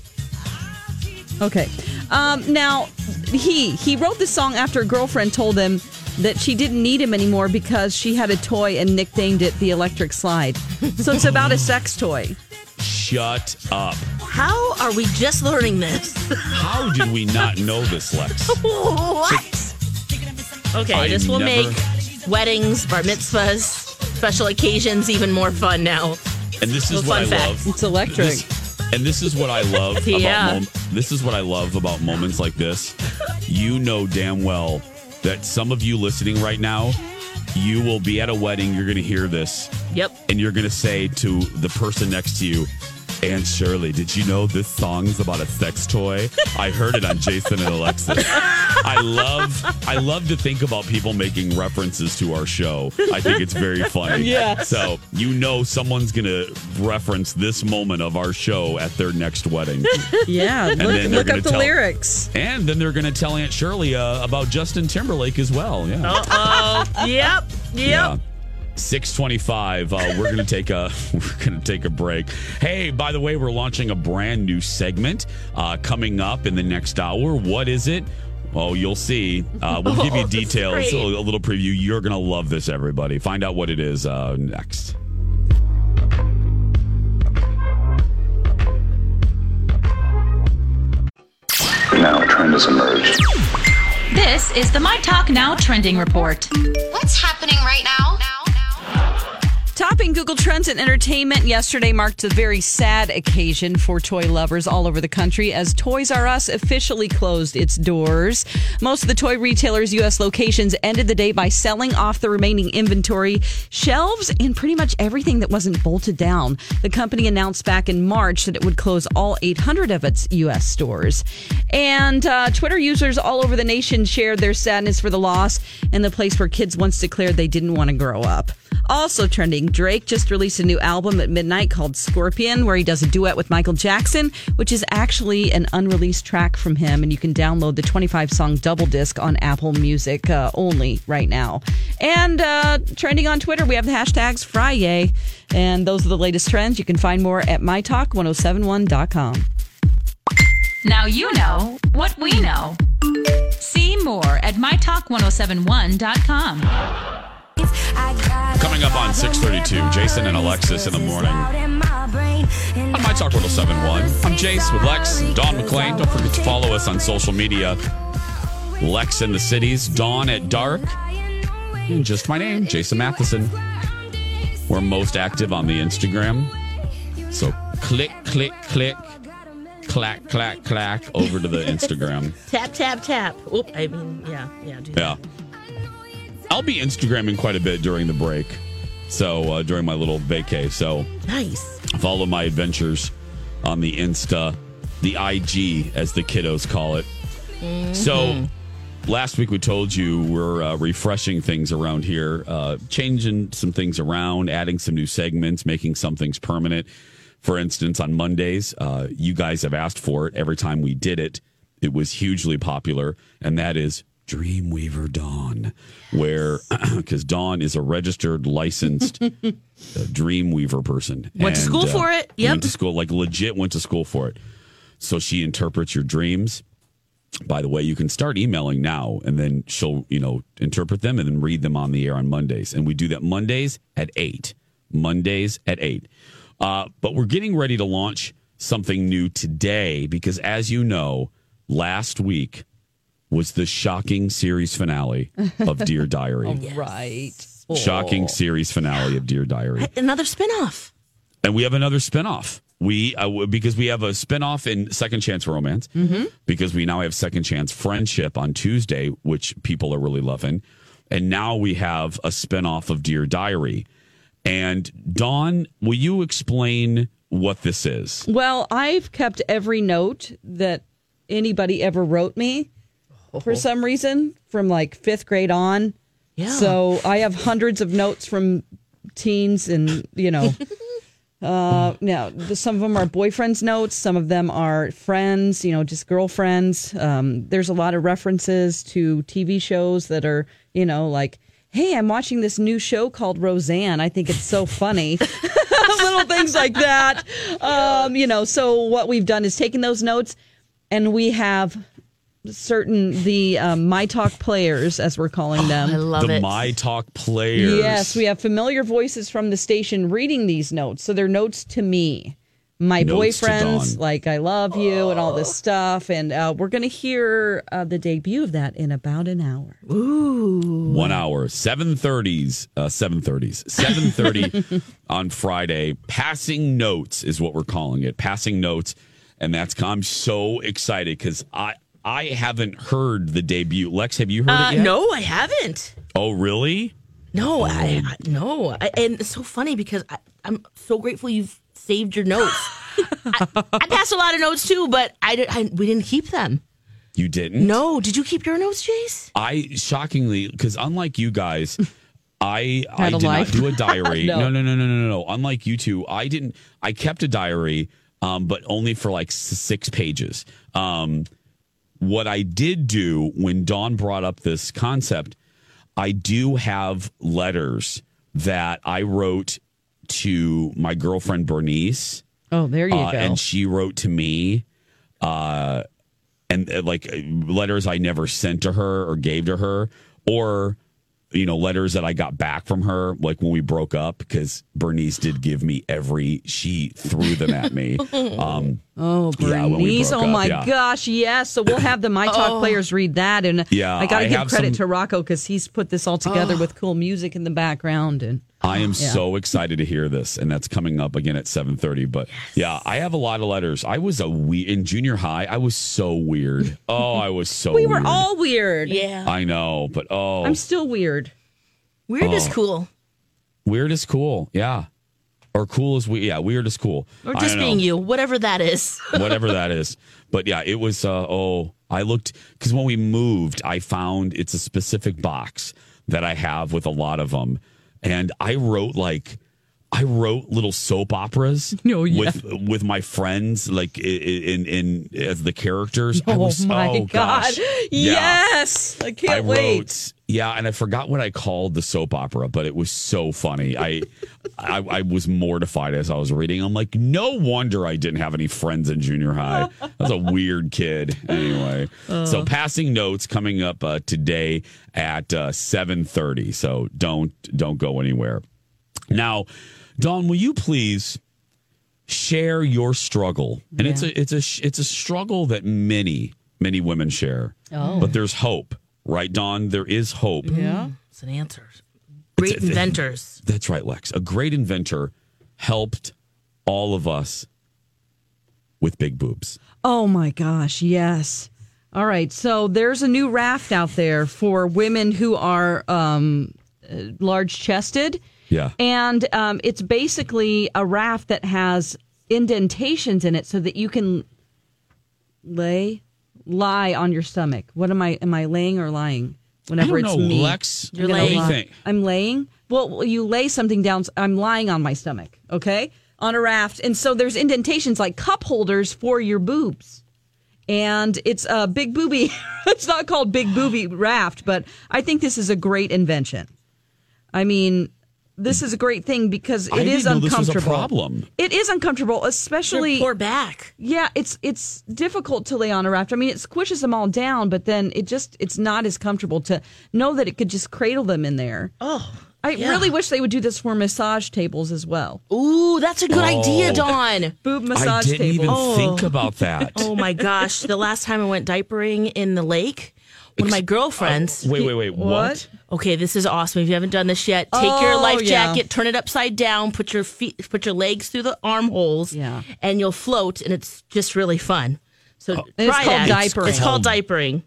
Speaker 4: Okay. Um, now he he wrote this song after a girlfriend told him that she didn't need him anymore because she had a toy and nicknamed it the electric slide. So it's about a sex toy.
Speaker 6: Shut up.
Speaker 5: How are we just learning this?
Speaker 6: How did we not know
Speaker 5: <laughs>
Speaker 6: this, Lex?
Speaker 5: what? Okay,
Speaker 6: I
Speaker 5: this will
Speaker 6: never-
Speaker 5: make weddings, bar mitzvahs, special occasions even more fun now.
Speaker 6: And this is
Speaker 4: Well,
Speaker 6: what I
Speaker 4: fun fact.
Speaker 6: love.
Speaker 4: It's electric.
Speaker 6: This- and this is what I
Speaker 4: <laughs>
Speaker 6: love
Speaker 4: Yeah.
Speaker 6: about mom- this is what I love about moments like this. You know damn well that some of you listening right now, you will be at a wedding, you're going to hear this.
Speaker 5: Yep.
Speaker 6: And you're going to say to the person next to you, "And Shirley, did you know this song's about a sex toy? I heard it on Jason and Alexis." I love I love to think about people making references to our show. I think it's very funny.
Speaker 4: Yeah.
Speaker 6: So you know someone's gonna reference this moment of our show at their next wedding.
Speaker 4: Yeah,
Speaker 6: And
Speaker 4: look,
Speaker 6: then they're
Speaker 4: look
Speaker 6: gonna
Speaker 4: up the
Speaker 6: tell-
Speaker 4: lyrics.
Speaker 6: And then they're gonna tell Aunt Shirley uh, about Justin Timberlake as well. Yeah.
Speaker 5: Oh, yep, yep.
Speaker 6: Yeah. 625 uh, we're gonna take a <laughs> we're gonna take a break hey by the way we're launching a brand new segment uh, coming up in the next hour what is it oh you'll see uh, we'll give
Speaker 13: <laughs>
Speaker 6: you
Speaker 13: Oh, that's
Speaker 6: details
Speaker 13: great.
Speaker 6: a little preview you're gonna love this everybody find out what it is uh, next
Speaker 14: Now a trend has emerged.
Speaker 2: This is the My Talk Now Trending Report.
Speaker 7: What's happening right now?
Speaker 4: Topping Google Trends and Entertainment yesterday marked a very sad occasion for toy lovers all over the country as Toys R Us officially closed its doors. Most of the toy retailers' U.S. locations ended the day by selling off the remaining inventory, shelves, and pretty much everything that wasn't bolted down. The company announced back in March that it would close all 800 of its U.S. stores. And uh, Twitter users all over the nation shared their sadness for the loss and the place where kids once declared they didn't want to grow up. Also trending, Drake just released a new album at midnight called Scorpion, where he does a duet with Michael Jackson, which is actually an unreleased track from him. And you can download the 25 song double disc on Apple Music uh, only right now. And uh, trending on Twitter, we have the hashtags Friday. And those are the latest trends. You can find more at mytalk1071.com.
Speaker 2: Now you know what we know. See more at mytalk1071.com.
Speaker 6: coming up on 632 jason and alexis in the morning on my talk 1071 i'm jace with lex and dawn mclean don't forget to follow us on social media lex in the cities dawn at dark and just my name jason matheson we're most active on the instagram so click click click clack clack clack over to the instagram <laughs>
Speaker 5: Tap, tap, tap. Oop, I mean, yeah, yeah. Do
Speaker 6: yeah. I'll be Instagramming quite a bit during the break. So, uh, during my little vacay. So,
Speaker 5: Nice.
Speaker 6: follow my adventures on the Insta, the IG, as the kiddos call it. So,
Speaker 5: Mm-hmm.
Speaker 6: last week we told you we're uh, refreshing things around here, uh, changing some things around, adding some new segments, making some things permanent. For instance, on Mondays, uh, you guys have asked for it. Every time we did it, it was hugely popular, and that is Dreamweaver Dawn, where <clears throat> because Dawn is a
Speaker 5: <laughs>
Speaker 6: registered, licensed uh, Dreamweaver person. uh,
Speaker 5: Went to school for it. Yep.
Speaker 6: Went to school, like legit went to school for it. So she interprets your dreams by the way, you can start emailing now and then she'll, you know, interpret them and then read them on the air on Mondays. And we do that Mondays at eight. Mondays at eight. Uh, but we're getting ready to launch something new today because, as you know, last week was the shocking series finale of
Speaker 4: <laughs>
Speaker 6: Dear
Speaker 4: All
Speaker 6: Diary.
Speaker 4: right. Oh.
Speaker 6: Shocking series finale of Dear Diary.
Speaker 5: Another spinoff.
Speaker 6: And we have another spinoff. We uh, w- because we have a spinoff in Second Chance Romance
Speaker 5: Mhm.
Speaker 6: because we now have Second Chance Friendship on Tuesday, which people are really loving, and now we have a spinoff of Dear Diary. And Dawn, will you explain what this is?
Speaker 4: Well, I've kept every note that anybody ever wrote me for some reason from like fifth grade on.
Speaker 5: Yeah.
Speaker 4: So I have hundreds of notes from teens and, you know, uh, now the- some of them are boyfriends' notes, some of them are friends, you know, just girlfriends. Um, there's a lot of references to TV shows that are, you know, like, hey, I'm watching this new show called Roseanne. I think it's so funny. <laughs> little things like that. Um, you know, so what we've done is taken those notes and we have certain the um, my talk players as we're
Speaker 6: Oh,
Speaker 4: calling them. I
Speaker 5: love
Speaker 6: the My Talk players.
Speaker 4: Yes, we have familiar voices from the station reading these notes. So they're notes to me. my
Speaker 6: Notes to
Speaker 4: boyfriends,
Speaker 6: Dawn. Oh.
Speaker 4: like I love you, and all this stuff. And uh, we're going to hear uh, the debut of that in about an hour. Ooh.
Speaker 6: One hour, seven thirties, uh, seven thirties, seven thirty on Friday. Passing notes is what we're calling it. Passing notes, and that's. I'm so excited because I I haven't heard the debut. Lex, have you heard
Speaker 5: Uh,
Speaker 6: it yet?
Speaker 5: no, I haven't.
Speaker 6: Oh, really?
Speaker 5: No, I, I no. I, and it's so funny because I, I'm so grateful you've saved your notes. I, I passed a lot of notes too, but I, did, I we didn't keep them.
Speaker 6: You didn't?
Speaker 5: No, did you keep your notes, Jace?
Speaker 6: I shockingly, because unlike you guys, I I
Speaker 5: <laughs> Had a
Speaker 6: did
Speaker 5: life.
Speaker 6: not do a
Speaker 5: <laughs>
Speaker 6: diary.
Speaker 5: No.
Speaker 6: no. no, no, no, no, no, no. Unlike you two, I didn't. I kept a diary, um, but only for like s- six pages. Um, what I did do when Dawn brought up this concept, I do have letters that I wrote to my girlfriend Bernice.
Speaker 4: Oh, there you
Speaker 6: Uh,
Speaker 4: go.
Speaker 6: And she wrote to me, uh, and uh, like uh, letters I never sent to her or gave to her, or you know letters that I got back from her, like when we broke up, because Bernice did give me every she threw them
Speaker 4: <laughs>
Speaker 6: at me. Um,
Speaker 4: Oh,
Speaker 6: yeah, when we
Speaker 4: Bernice.
Speaker 6: broke
Speaker 4: Oh,
Speaker 6: up,
Speaker 4: my
Speaker 6: yeah.
Speaker 4: gosh. Yes. So we'll have the <laughs> My Talk
Speaker 6: Oh.
Speaker 4: players read that. And
Speaker 6: Yeah,
Speaker 4: I got to
Speaker 6: I
Speaker 4: give
Speaker 6: have
Speaker 4: credit
Speaker 6: some-
Speaker 4: to Rocco because he's put this all together
Speaker 6: Oh.
Speaker 4: with cool music in the background. And
Speaker 6: I am
Speaker 4: Yeah.
Speaker 6: so excited to hear this, and that's coming up again at seven thirty. But yeah, I have a lot of letters. I was a we in junior high. I was so weird. Oh, I was so.
Speaker 4: we
Speaker 6: weird.
Speaker 4: were all weird. Yeah.
Speaker 6: I know, but oh,
Speaker 4: I'm still weird.
Speaker 6: Weird is Oh.
Speaker 4: cool.
Speaker 6: weird is cool. Yeah, or cool is we. Yeah, weird is cool.
Speaker 5: Or
Speaker 6: I
Speaker 5: just
Speaker 6: don't know.
Speaker 5: being you, whatever that is.
Speaker 6: <laughs> whatever that is. But yeah, it was. Uh, oh, I looked because when we moved, I found it's a specific box that I have with a lot of them, and I wrote like I wrote little
Speaker 4: <laughs>
Speaker 6: soap operas
Speaker 4: No, Oh, yeah.
Speaker 6: with with my friends, like i- i- in in, in as the characters. I
Speaker 4: Oh,
Speaker 6: was,
Speaker 4: my
Speaker 6: oh,
Speaker 4: God.
Speaker 6: gosh. Yeah.
Speaker 4: Yes. I can't
Speaker 6: I
Speaker 4: wait.
Speaker 6: wrote, yeah, and I forgot what I called the soap opera, but it was so funny. I, I, I was mortified as I was reading. I'm like, no wonder I didn't have any friends in junior high. I was a weird kid. Anyway, so
Speaker 13: Oh.
Speaker 6: passing notes coming up uh, today at uh, 7:30. So don't don't go anywhere. Now, Dawn, will you please? share your struggle and it's a it's a sh- it's a struggle that many many women share
Speaker 5: Oh.
Speaker 6: but there's hope right dawn there is hope
Speaker 5: It's an answer.
Speaker 6: It's-
Speaker 5: Mm-hmm. Great
Speaker 6: it's-
Speaker 5: inventors.
Speaker 6: that's right lex a great inventor helped all of us with big boobs
Speaker 4: Oh my gosh, yes. All right, so there's a new raft out there for women who are um, large chested.
Speaker 6: Yeah.
Speaker 4: And um, it's basically a raft that has indentations in it so that you can lay, lie on your stomach. What am I, am I laying or lying? Whenever
Speaker 6: I don't
Speaker 4: it's
Speaker 6: know,
Speaker 4: me.
Speaker 6: Lex.
Speaker 4: I'm
Speaker 6: You're
Speaker 4: gonna
Speaker 6: laying.
Speaker 4: lie.
Speaker 6: What do you think?
Speaker 4: I'm laying. Well, you lay something down. I'm lying on my stomach, okay? On a raft. And so there's indentations like cup holders for your boobs. And it's a big booby. <laughs> it's not called big booby raft, but I think this is a great invention. I mean, this is a great thing because it is
Speaker 6: I didn't know this was a
Speaker 4: uncomfortable.
Speaker 6: problem.
Speaker 4: It is uncomfortable, especially
Speaker 5: Your poor back.
Speaker 4: Yeah, it's it's difficult to lay on a raft. I mean, it squishes them all down, but then it just it's not as comfortable to know that it could just cradle them in there.
Speaker 5: Oh,
Speaker 4: I
Speaker 5: yeah.
Speaker 4: really wish they would do this for massage tables as well.
Speaker 5: Ooh, that's a good idea,
Speaker 6: Oh.
Speaker 5: Dawn.
Speaker 4: Boob
Speaker 6: i
Speaker 4: massage
Speaker 6: didn't
Speaker 4: table.
Speaker 6: even think about that
Speaker 5: <laughs> Oh my gosh. The last time I went diapering in the lake, one of my girlfriends.
Speaker 6: Uh, wait, wait, wait, what?
Speaker 5: Okay, this is awesome. If you haven't done this yet, take your
Speaker 4: Oh,
Speaker 5: life
Speaker 4: yeah.
Speaker 5: jacket, turn it upside down, put your feet, put your legs through the armholes, yeah. and you'll float, and it's just really fun. So
Speaker 4: Oh, And it's
Speaker 5: Oh, try
Speaker 4: called Oh. Mm.
Speaker 5: that.
Speaker 4: diapering.
Speaker 5: It's called diapering.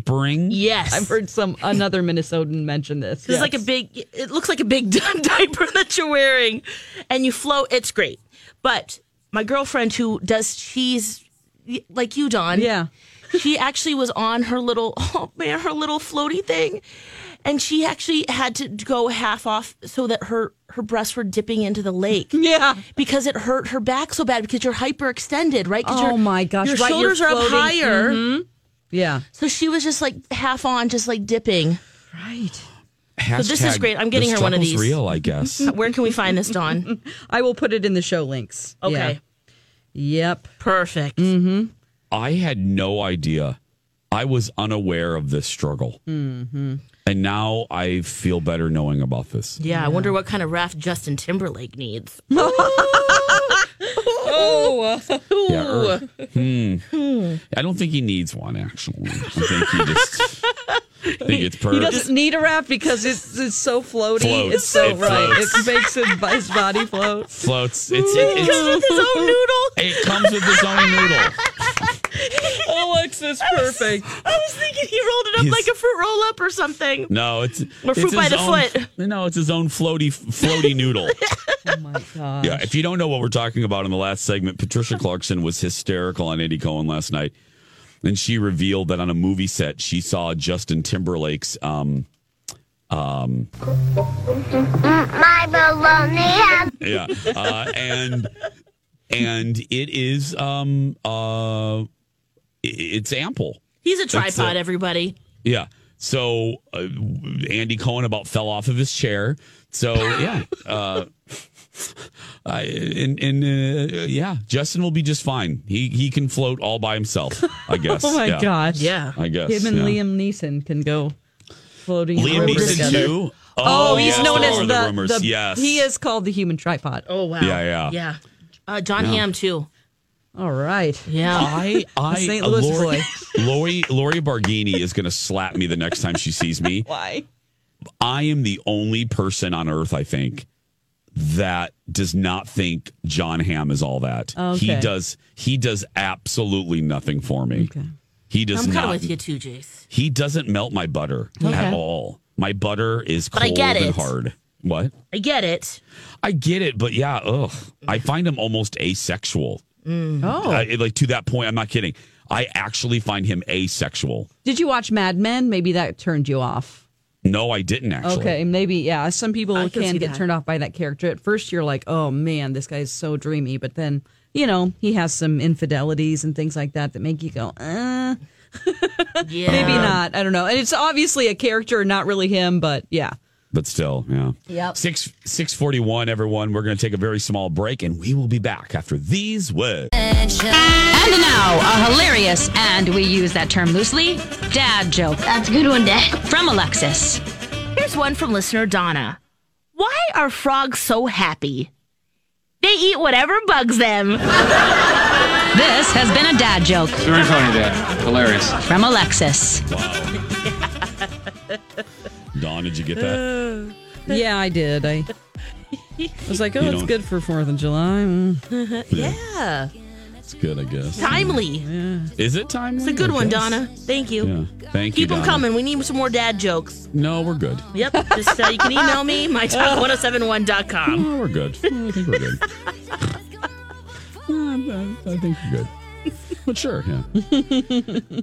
Speaker 6: diapering
Speaker 5: Yes,
Speaker 4: I've heard
Speaker 5: <laughs>
Speaker 4: some another Minnesotan mention this.
Speaker 5: This is like a big. It looks like a big <laughs> diaper that you're wearing, and you float. It's great. But my girlfriend, who does, she's like you, Don.
Speaker 4: Yeah.
Speaker 5: She actually was on her little, <laughs> oh man, her little floaty thing, and she actually had to go half off so that her her breasts were dipping into the lake.
Speaker 4: <laughs> Yeah,
Speaker 5: because it hurt her back so bad because you're hyperextended, right? 'Cause
Speaker 4: Oh
Speaker 5: your-
Speaker 4: my gosh,
Speaker 5: your
Speaker 4: right, you're
Speaker 5: shoulders are up
Speaker 4: floating.
Speaker 5: higher.
Speaker 4: Mhm. Yeah.
Speaker 5: So she was just like half on, just like dipping.
Speaker 4: Right.
Speaker 5: So this is
Speaker 6: Hashtag
Speaker 5: great. I'm getting
Speaker 6: the
Speaker 5: her one of
Speaker 6: struggle's
Speaker 5: these.
Speaker 6: real
Speaker 5: <laughs>
Speaker 6: i guess
Speaker 5: Where can we find this, Dawn?
Speaker 4: I will put it in the show links.
Speaker 5: Okay.
Speaker 4: <laughs> Yeah. Yep.
Speaker 5: Perfect.
Speaker 4: Mm-hmm.
Speaker 6: i had no idea i was unaware of this struggle
Speaker 5: Mm-hmm.
Speaker 6: and now i feel better knowing about this
Speaker 5: Yeah, I wonder what kind of raft Justin Timberlake needs.
Speaker 4: No.
Speaker 6: Yeah, or- <laughs> hmm. I don't think he needs one, actually. I think he <laughs> just I think it's
Speaker 4: He
Speaker 6: perfect.
Speaker 4: doesn't need a wrap because it's it's so floaty.
Speaker 6: Floats.
Speaker 4: It's so
Speaker 6: It
Speaker 4: right.
Speaker 6: floats.
Speaker 4: It makes his, his body
Speaker 5: <laughs>
Speaker 4: float.
Speaker 6: floats. It's, it, it's,
Speaker 4: <laughs>
Speaker 6: It comes with his own noodle. <laughs>
Speaker 4: Alexis, perfect.
Speaker 5: <laughs> I was thinking he rolled it up
Speaker 6: He's-
Speaker 5: like a fruit roll up or something.
Speaker 6: No, it's
Speaker 5: Or
Speaker 6: it's
Speaker 5: fruit by
Speaker 6: his
Speaker 5: the
Speaker 6: own-
Speaker 5: foot.
Speaker 6: No, it's his own floaty
Speaker 5: <laughs>
Speaker 6: floaty noodle.
Speaker 5: Oh
Speaker 4: God.
Speaker 6: Yeah, if you don't know what we're talking about in the last segment, Patricia Clarkson was hysterical on Andy Cohen last night, and she revealed that on a movie set she saw Justin Timberlake's um um
Speaker 1: My baloney.
Speaker 6: yeah uh, and and it is um uh i- it's ample.
Speaker 5: He's a
Speaker 6: It's, uh,
Speaker 5: tripod, everybody.
Speaker 6: Yeah. So uh, Andy Cohen about fell off of his chair.
Speaker 4: <laughs>
Speaker 6: So yeah, uh, I, and and uh, yeah, Justin will be just fine. He he can float all by himself.
Speaker 4: <laughs>
Speaker 6: I guess.
Speaker 4: Oh my
Speaker 6: Yeah.
Speaker 4: gosh.
Speaker 6: I guess.
Speaker 4: Him and
Speaker 6: yeah.
Speaker 4: Liam Neeson can go floating. in
Speaker 6: Liam
Speaker 4: rivers
Speaker 6: Neeson
Speaker 4: together.
Speaker 6: too?
Speaker 4: Oh,
Speaker 6: Oh,
Speaker 4: he's
Speaker 6: yes,
Speaker 4: known
Speaker 6: there
Speaker 4: as
Speaker 6: were
Speaker 4: the,
Speaker 6: the rumors.
Speaker 4: the-
Speaker 6: Yes.
Speaker 4: He is called the human tripod.
Speaker 5: Oh wow.
Speaker 6: Yeah, yeah.
Speaker 5: Yeah. Uh, John
Speaker 6: Yeah.
Speaker 5: Hamm too.
Speaker 4: All right.
Speaker 5: Yeah.
Speaker 6: I, I,
Speaker 4: St.
Speaker 6: uh,
Speaker 4: Louis
Speaker 6: Lori,
Speaker 4: boy.
Speaker 6: <laughs> Lori, Lori Barghini is going to slap me the next time she sees me.
Speaker 4: <laughs> Why?
Speaker 6: I am the only person on earth, I think, that does not think John Hamm is all that.
Speaker 5: Okay.
Speaker 6: He does. He does absolutely nothing for me. He does
Speaker 5: I'm
Speaker 6: not.
Speaker 5: kind of with you too, Jace.
Speaker 6: He doesn't melt my butter
Speaker 5: Okay.
Speaker 6: at all. My butter is
Speaker 5: But
Speaker 6: cold
Speaker 5: I get
Speaker 6: and
Speaker 5: it.
Speaker 6: hard. What?
Speaker 5: I get it.
Speaker 6: I get it, but yeah, ugh. I find him almost asexual.
Speaker 4: Oh.
Speaker 6: I- like to that point, I'm not kidding. I actually find him asexual.
Speaker 4: Did you watch Mad Men? Maybe that turned you off.
Speaker 6: No, I didn't actually.
Speaker 4: Okay, maybe yeah. Some people
Speaker 5: I
Speaker 4: can,
Speaker 5: can see
Speaker 4: get
Speaker 5: that.
Speaker 4: turned off by that character. At first, you're like, "Oh man, this guy's so dreamy," but then you know he has some infidelities and things like that that make you go, "Uh,
Speaker 5: Yeah.
Speaker 4: maybe
Speaker 6: Um,
Speaker 4: not." I don't know. And it's obviously a character, not really him, but yeah.
Speaker 6: But still, yeah.
Speaker 4: Yep.
Speaker 6: Six six forty one, everyone. We're gonna take a very small break and we will be back after these
Speaker 5: <laughs>
Speaker 6: words.
Speaker 2: And now, a hilarious, and we use that term loosely, dad joke. That's a good one, Dad. From Alexis.
Speaker 5: Here's one from listener Donna. Why are frogs so happy? They eat whatever bugs them.
Speaker 2: This has been a dad joke
Speaker 13: Very funny, Dad. Hilarious.
Speaker 2: from Alexis.
Speaker 6: Don, did you get that?
Speaker 4: <laughs> yeah, I did. I was like, "Oh,
Speaker 6: You
Speaker 4: it's
Speaker 6: don't-
Speaker 4: good for Fourth of July." Mm.
Speaker 5: Uh, yeah.
Speaker 6: It's good, I guess.
Speaker 5: Timely.
Speaker 6: Is it timely?
Speaker 5: It's a good one,
Speaker 6: I guess.
Speaker 5: Donna. Thank you.
Speaker 6: Yeah. Thank you.
Speaker 5: Keep them
Speaker 6: Donna.
Speaker 5: coming. We need some more dad jokes.
Speaker 6: No, we're
Speaker 5: <laughs>
Speaker 6: good.
Speaker 5: Yep. Just uh, you can email me, mytalk1071.com.
Speaker 6: No, we're good. I think we're good. <laughs> Mm, I I think we're good. But sure,
Speaker 5: <laughs>
Speaker 6: yeah.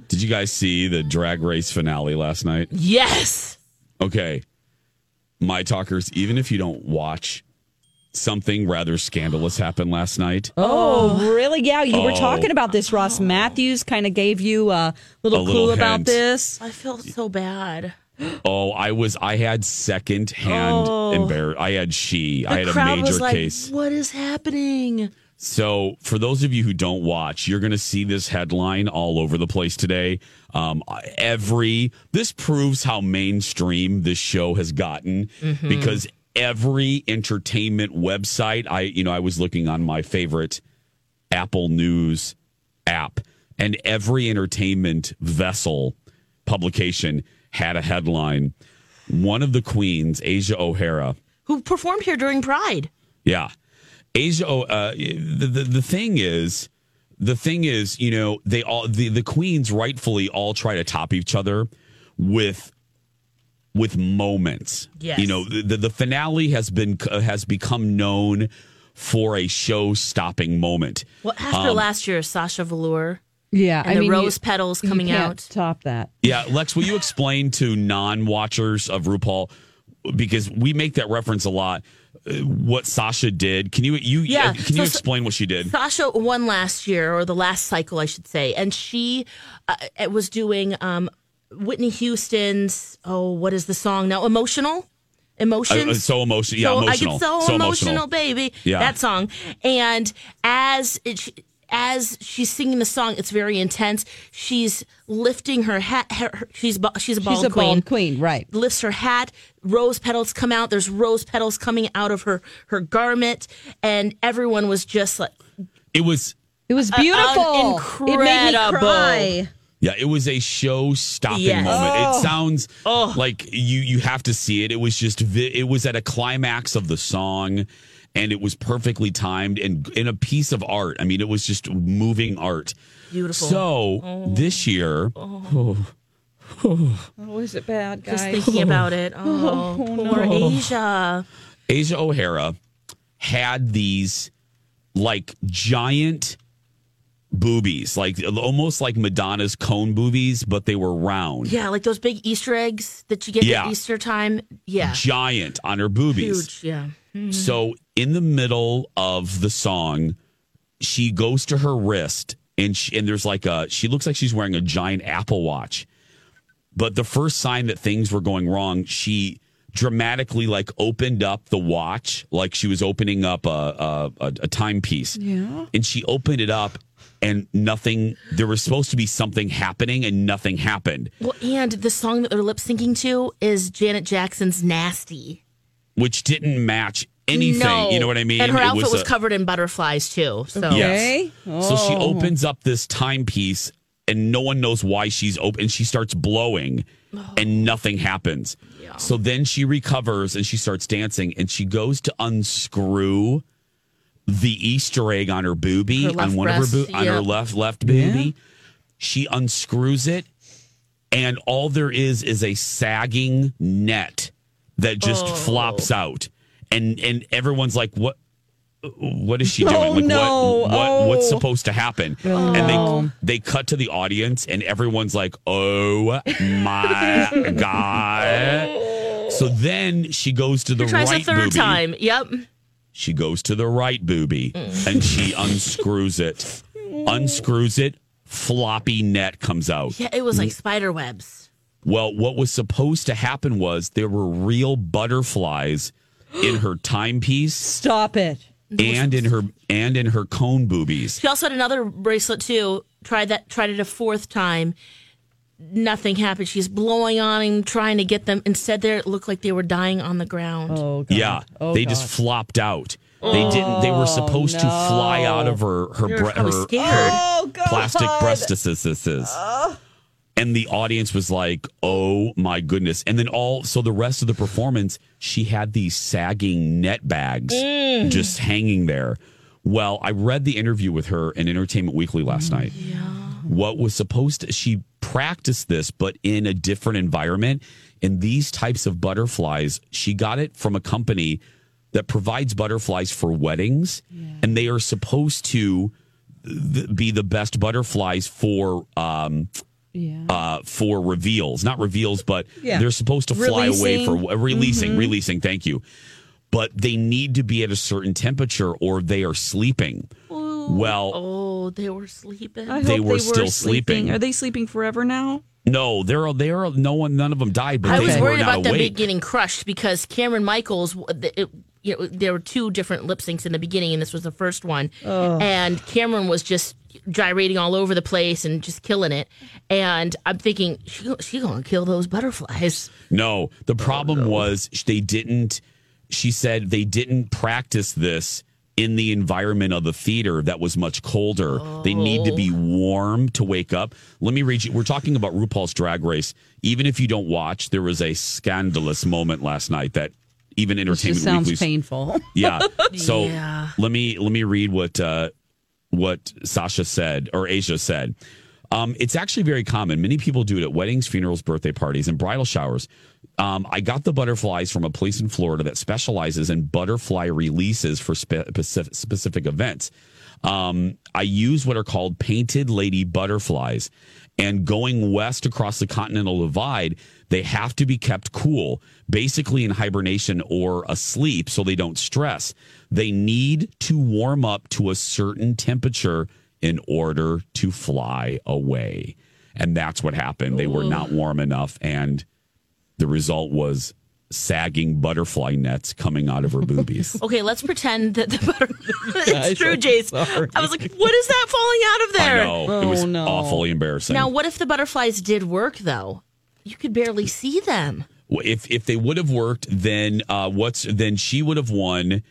Speaker 6: Did you guys see the drag race finale last night?
Speaker 5: <laughs> Yes.
Speaker 6: okay, my talkers, even if you don't watch, something rather scandalous happened last night.
Speaker 4: Oh, really? Yeah, you were
Speaker 6: Oh.
Speaker 4: talking about this. Ross Matthews kind of gave you a little
Speaker 6: A
Speaker 4: clue
Speaker 6: little
Speaker 4: about
Speaker 6: hint.
Speaker 4: this.
Speaker 5: I feel so bad.
Speaker 6: Oh, I was, I had second hand
Speaker 5: Oh.
Speaker 6: embarrassed. I had she, I had a
Speaker 5: Crowd
Speaker 6: major
Speaker 5: was like,
Speaker 6: case.
Speaker 5: What is happening?
Speaker 6: So, for those of you who don't watch, you're going to see this headline all over the place today. Um, every this proves how mainstream this show has gotten because every entertainment website, I you know, I was looking on my favorite Apple News app, and every entertainment vessel publication had a headline. One of the queens, Asia O'Hara,
Speaker 5: Who performed here during Pride?
Speaker 6: yeah. Asia, oh, uh, the, the, the thing is, the thing is, you know, they all, the, the queens rightfully all try to top each other with, with moments.
Speaker 15: Yes.
Speaker 6: You know, the, the, the finale has been, uh, has become known for a show stopping moment.
Speaker 5: Well, after
Speaker 6: Um,
Speaker 5: last year, Sasha Velour.
Speaker 4: Yeah,
Speaker 5: And the rose petals coming
Speaker 4: can't
Speaker 5: out.
Speaker 4: Top that.
Speaker 6: Yeah, Lex,
Speaker 5: <laughs>
Speaker 6: will you explain to non-watchers of RuPaul because we make that reference a lot? uh, What Sasha did? Can you you
Speaker 5: Yeah,
Speaker 6: Can you
Speaker 5: so-
Speaker 6: explain what she did?
Speaker 5: Sasha won last year, or the last cycle, I should say, and she uh, it was doing um, Whitney Houston's. Oh, what is the song now? Emotional, emotions.
Speaker 6: Uh, uh, so emotional. Yeah, emotional.
Speaker 5: I get so,
Speaker 6: So
Speaker 5: emotional,
Speaker 6: emotional.
Speaker 5: baby.
Speaker 6: Yeah.
Speaker 5: that song. And as it, as she's singing the song, it's very intense. She's lifting her hat. Her, her- she's ba- she's a bald
Speaker 4: She's a
Speaker 5: queen
Speaker 4: bald queen, right?
Speaker 5: lifts her hat rose petals come out there's rose petals coming out of her her garment and everyone was just like
Speaker 6: It was
Speaker 4: It was beautiful. It made me
Speaker 5: incredible.
Speaker 4: cry.
Speaker 6: yeah, it was a show stopping
Speaker 5: Yes.
Speaker 6: moment.
Speaker 5: Oh.
Speaker 6: It sounds like you you have to see it. It was just vi- it was at a climax of the song and it was perfectly timed and in a piece of art. I mean, it was just moving art.
Speaker 5: Beautiful.
Speaker 6: So, this year
Speaker 4: Oh, is it bad, guys?
Speaker 5: Just thinking about it. <laughs> Oh, poor Asia.
Speaker 6: Asia O'Hara had these like giant boobies, like almost like Madonna's cone boobies, but they were round.
Speaker 5: Yeah, like those big Easter eggs that you get
Speaker 6: Yeah.
Speaker 5: at Easter time. Yeah.
Speaker 6: Giant on her boobies.
Speaker 5: Huge. Mm-hmm. Yeah.
Speaker 6: So in the middle of the song, she goes to her wrist and she, and there's like a she looks like she's wearing a giant Apple Watch. But the first sign that things were going wrong, she dramatically like opened up the watch like she was opening up a a, a, a timepiece.
Speaker 4: Yeah.
Speaker 6: And she opened it up and nothing there was supposed to be something happening and nothing happened,
Speaker 5: Well, and the song that they're lip syncing to is Janet Jackson's Nasty.
Speaker 6: which didn't match anything.
Speaker 5: No.
Speaker 6: You know what I mean?
Speaker 5: And her
Speaker 6: It
Speaker 5: outfit was,
Speaker 6: a-
Speaker 5: covered in butterflies, too. So.
Speaker 6: Yes. So she
Speaker 5: Oh.
Speaker 6: opens up this timepiece and no one knows why she's open and she starts blowing
Speaker 5: Oh.
Speaker 6: and nothing happens. So then she recovers and she starts dancing and she goes to unscrew the Easter egg on her boobie
Speaker 5: Her left
Speaker 6: on one
Speaker 5: breast,
Speaker 6: of her boo- on
Speaker 5: yeah.
Speaker 6: her left left boobie. She unscrews it and all there is is a sagging net that
Speaker 5: Oh.
Speaker 6: just flops out. And and everyone's like what what is
Speaker 5: <laughs>
Speaker 6: she doing?
Speaker 4: Oh,
Speaker 6: like
Speaker 4: no.
Speaker 6: what what what's
Speaker 4: Oh.
Speaker 6: supposed to happen?
Speaker 5: Oh.
Speaker 6: And they they cut to the audience and everyone's like, "Oh
Speaker 5: <laughs>
Speaker 6: my god." So then she goes to the
Speaker 5: She tries
Speaker 6: right
Speaker 5: a third
Speaker 6: boobie.
Speaker 5: time. Mm. Yep.
Speaker 6: She goes to the right boobie and she unscrews it. unscrews it, floppy net comes out.
Speaker 5: Yeah, it was
Speaker 6: Mm.
Speaker 5: like spider webs.
Speaker 6: Well, what was supposed to happen was there were real butterflies in her timepiece
Speaker 4: Stop it.
Speaker 6: and in her and in her cone boobies.
Speaker 5: She also had another bracelet too. Tried that. Tried it a fourth time. Nothing happened. She's blowing on him, trying to get them. Instead, there it looked like they were dying on the ground. Oh,
Speaker 6: Yeah, they just flopped out. They didn't. They were supposed to fly out of her her
Speaker 5: You're-
Speaker 6: bre-
Speaker 5: I was
Speaker 6: her
Speaker 5: scared.
Speaker 4: Oh,
Speaker 6: plastic <laughs> breastises. And the audience was like, "Oh my goodness!" And then all so the rest of the performance, she had these sagging net bags just hanging there. Well, I read the interview with her in Entertainment Weekly last night. What was supposed to she practiced this, but in a different environment. And these types of butterflies, she got it from a company that provides butterflies for weddings, and they are supposed to th- be the best butterflies for um uh for reveals not reveals but
Speaker 4: Yeah.
Speaker 6: they're supposed to fly away
Speaker 4: Releasing.
Speaker 6: for uh, releasing
Speaker 5: Mm-hmm.
Speaker 6: releasing thank you but they need to be at a certain temperature or they are sleeping well
Speaker 5: Oh, they were sleeping.
Speaker 4: I hope
Speaker 6: They
Speaker 4: they
Speaker 6: were still sleeping.
Speaker 4: Are they sleeping forever now?
Speaker 6: no there are there are no one none of them died but
Speaker 5: I
Speaker 6: they
Speaker 5: was
Speaker 6: were
Speaker 5: worried
Speaker 6: not
Speaker 5: about them
Speaker 6: awake
Speaker 5: getting crushed because Cameron Michaels. It, you know, there were two different lip syncs in the beginning, and this was the first one. And Cameron was just gyrating all over the place and just killing it. And I'm thinking she she gonna kill those butterflies.
Speaker 4: Oh,
Speaker 6: no the problem was sh- they didn't she said they didn't practice this in the environment of the theater that was much colder they need to be
Speaker 4: Oh.
Speaker 6: warm to wake up let me read you we're talking about rupaul's drag race even if you don't watch there was a scandalous moment last night that even
Speaker 4: This
Speaker 6: entertainment
Speaker 4: just sounds
Speaker 6: Weekly's-
Speaker 4: painful.
Speaker 6: yeah. So
Speaker 5: Yeah.
Speaker 6: let me let me read what uh, what Sasha said or Asia said. Um, it's actually very common. Many people do it at weddings, funerals, birthday parties, and bridal showers. Um, I got the butterflies from a place in Florida that specializes in butterfly releases for spe- specific, specific events. Um, I use what are called painted lady butterflies. And going west across the continental divide, they have to be kept cool, basically in hibernation or asleep so they don't stress. They need to warm up to a certain temperature in order to fly away. And that's what happened. They were not warm enough. And the result was sagging butterfly nets coming out of her boobies.
Speaker 5: Okay, let's pretend that the butterflies.
Speaker 6: Guys,
Speaker 5: <laughs> it's true,
Speaker 6: I'm
Speaker 5: Jace.
Speaker 6: sorry.
Speaker 5: I was like, what is that falling out of there?
Speaker 6: I know. it was awfully embarrassing.
Speaker 5: Now, what if the butterflies did work though? You could barely see them.
Speaker 6: Well, if if they would have worked, then uh, what's then she would have won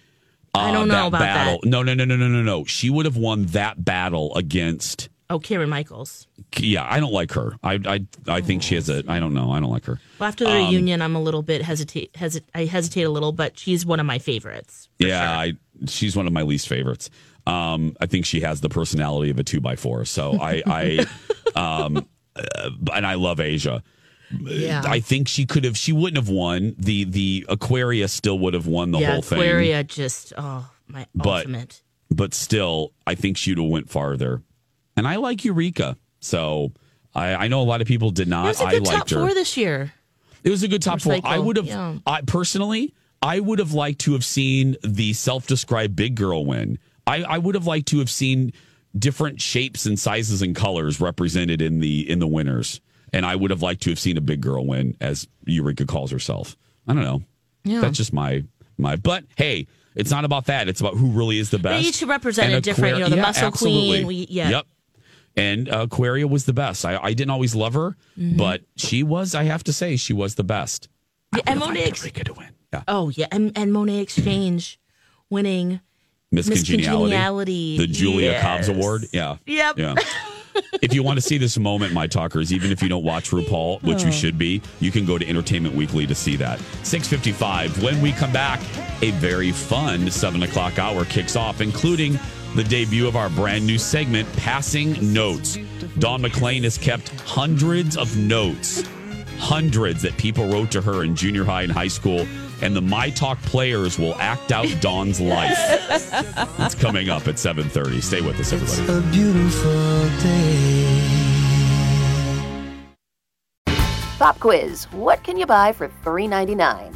Speaker 5: I don't know about that.
Speaker 6: battle. No, no, no, no, no, no, no. She would have won that battle against.
Speaker 5: Oh, Karen Michaels.
Speaker 6: Yeah, I don't like her. I, I, I think she has a. I don't know. I don't like her.
Speaker 5: Well, after the
Speaker 6: Um,
Speaker 5: reunion, I'm a little bit hesitate. Hesit- I hesitate a little, but she's one of my favorites.
Speaker 6: Yeah, I, she's one of my least favorites. Um, I think she has the personality of a two by four. So
Speaker 5: <laughs>
Speaker 6: I, I, um, uh, and I love Asia.
Speaker 5: Yeah.
Speaker 6: I think she could have. She wouldn't have won. The the Aquaria still would have won the
Speaker 5: yeah,
Speaker 6: whole thing.
Speaker 5: Aquaria just oh my
Speaker 6: But-
Speaker 5: ultimate.
Speaker 6: but still, I think she'd have went farther. And I like Eureka, so I, I know a lot of people did
Speaker 5: It
Speaker 6: not.
Speaker 5: was a
Speaker 6: I
Speaker 5: good
Speaker 6: liked
Speaker 5: top
Speaker 6: her.
Speaker 5: four this year.
Speaker 6: it was a good top four.
Speaker 5: Motorcycle,
Speaker 6: I would have,
Speaker 5: yeah.
Speaker 6: I personally, I would have liked to have seen the self-described big girl win. I, I would have liked to have seen different shapes and sizes and colors represented in the in the winners, and I would have liked to have seen a big girl win, as Eureka calls herself. I don't know.
Speaker 5: Yeah.
Speaker 6: That's just my my. But hey. It's not about that. It's about who really is the best.
Speaker 5: They each represent
Speaker 6: And
Speaker 5: a different, you know, the
Speaker 6: yeah,
Speaker 5: muscle queen,
Speaker 6: absolutely.
Speaker 5: we- yeah.
Speaker 6: Yep. And uh, Aquaria was the best. I, I didn't always love her,
Speaker 5: Mhm.
Speaker 6: but she was, I have to say, she was the best.
Speaker 5: Yeah, and Monet Ex-
Speaker 6: Yeah.
Speaker 5: Oh yeah, and, and Monet Exchange winning
Speaker 6: Miss,
Speaker 5: Miss
Speaker 6: Congeniality.
Speaker 5: Congeniality.
Speaker 6: The Julia
Speaker 5: Yes.
Speaker 6: Cobbs Award. Yeah.
Speaker 5: Yep.
Speaker 6: Yeah. if you want to see this moment, my talkers, even if you don't watch RuPaul, which
Speaker 15: Oh.
Speaker 6: you should be, you can go to Entertainment Weekly to see that. 655. When we come back, a very fun 7 o'clock hour kicks off, including the debut of our brand new segment, Passing Notes. Dawn McLean has kept hundreds of notes, hundreds that people wrote to her in junior high and high school, and the My Talk players will act out Dawn's life. It's coming up at 7.30. Stay with us, everybody.
Speaker 11: A beautiful day.
Speaker 16: Pop quiz. What can you buy for $3.99?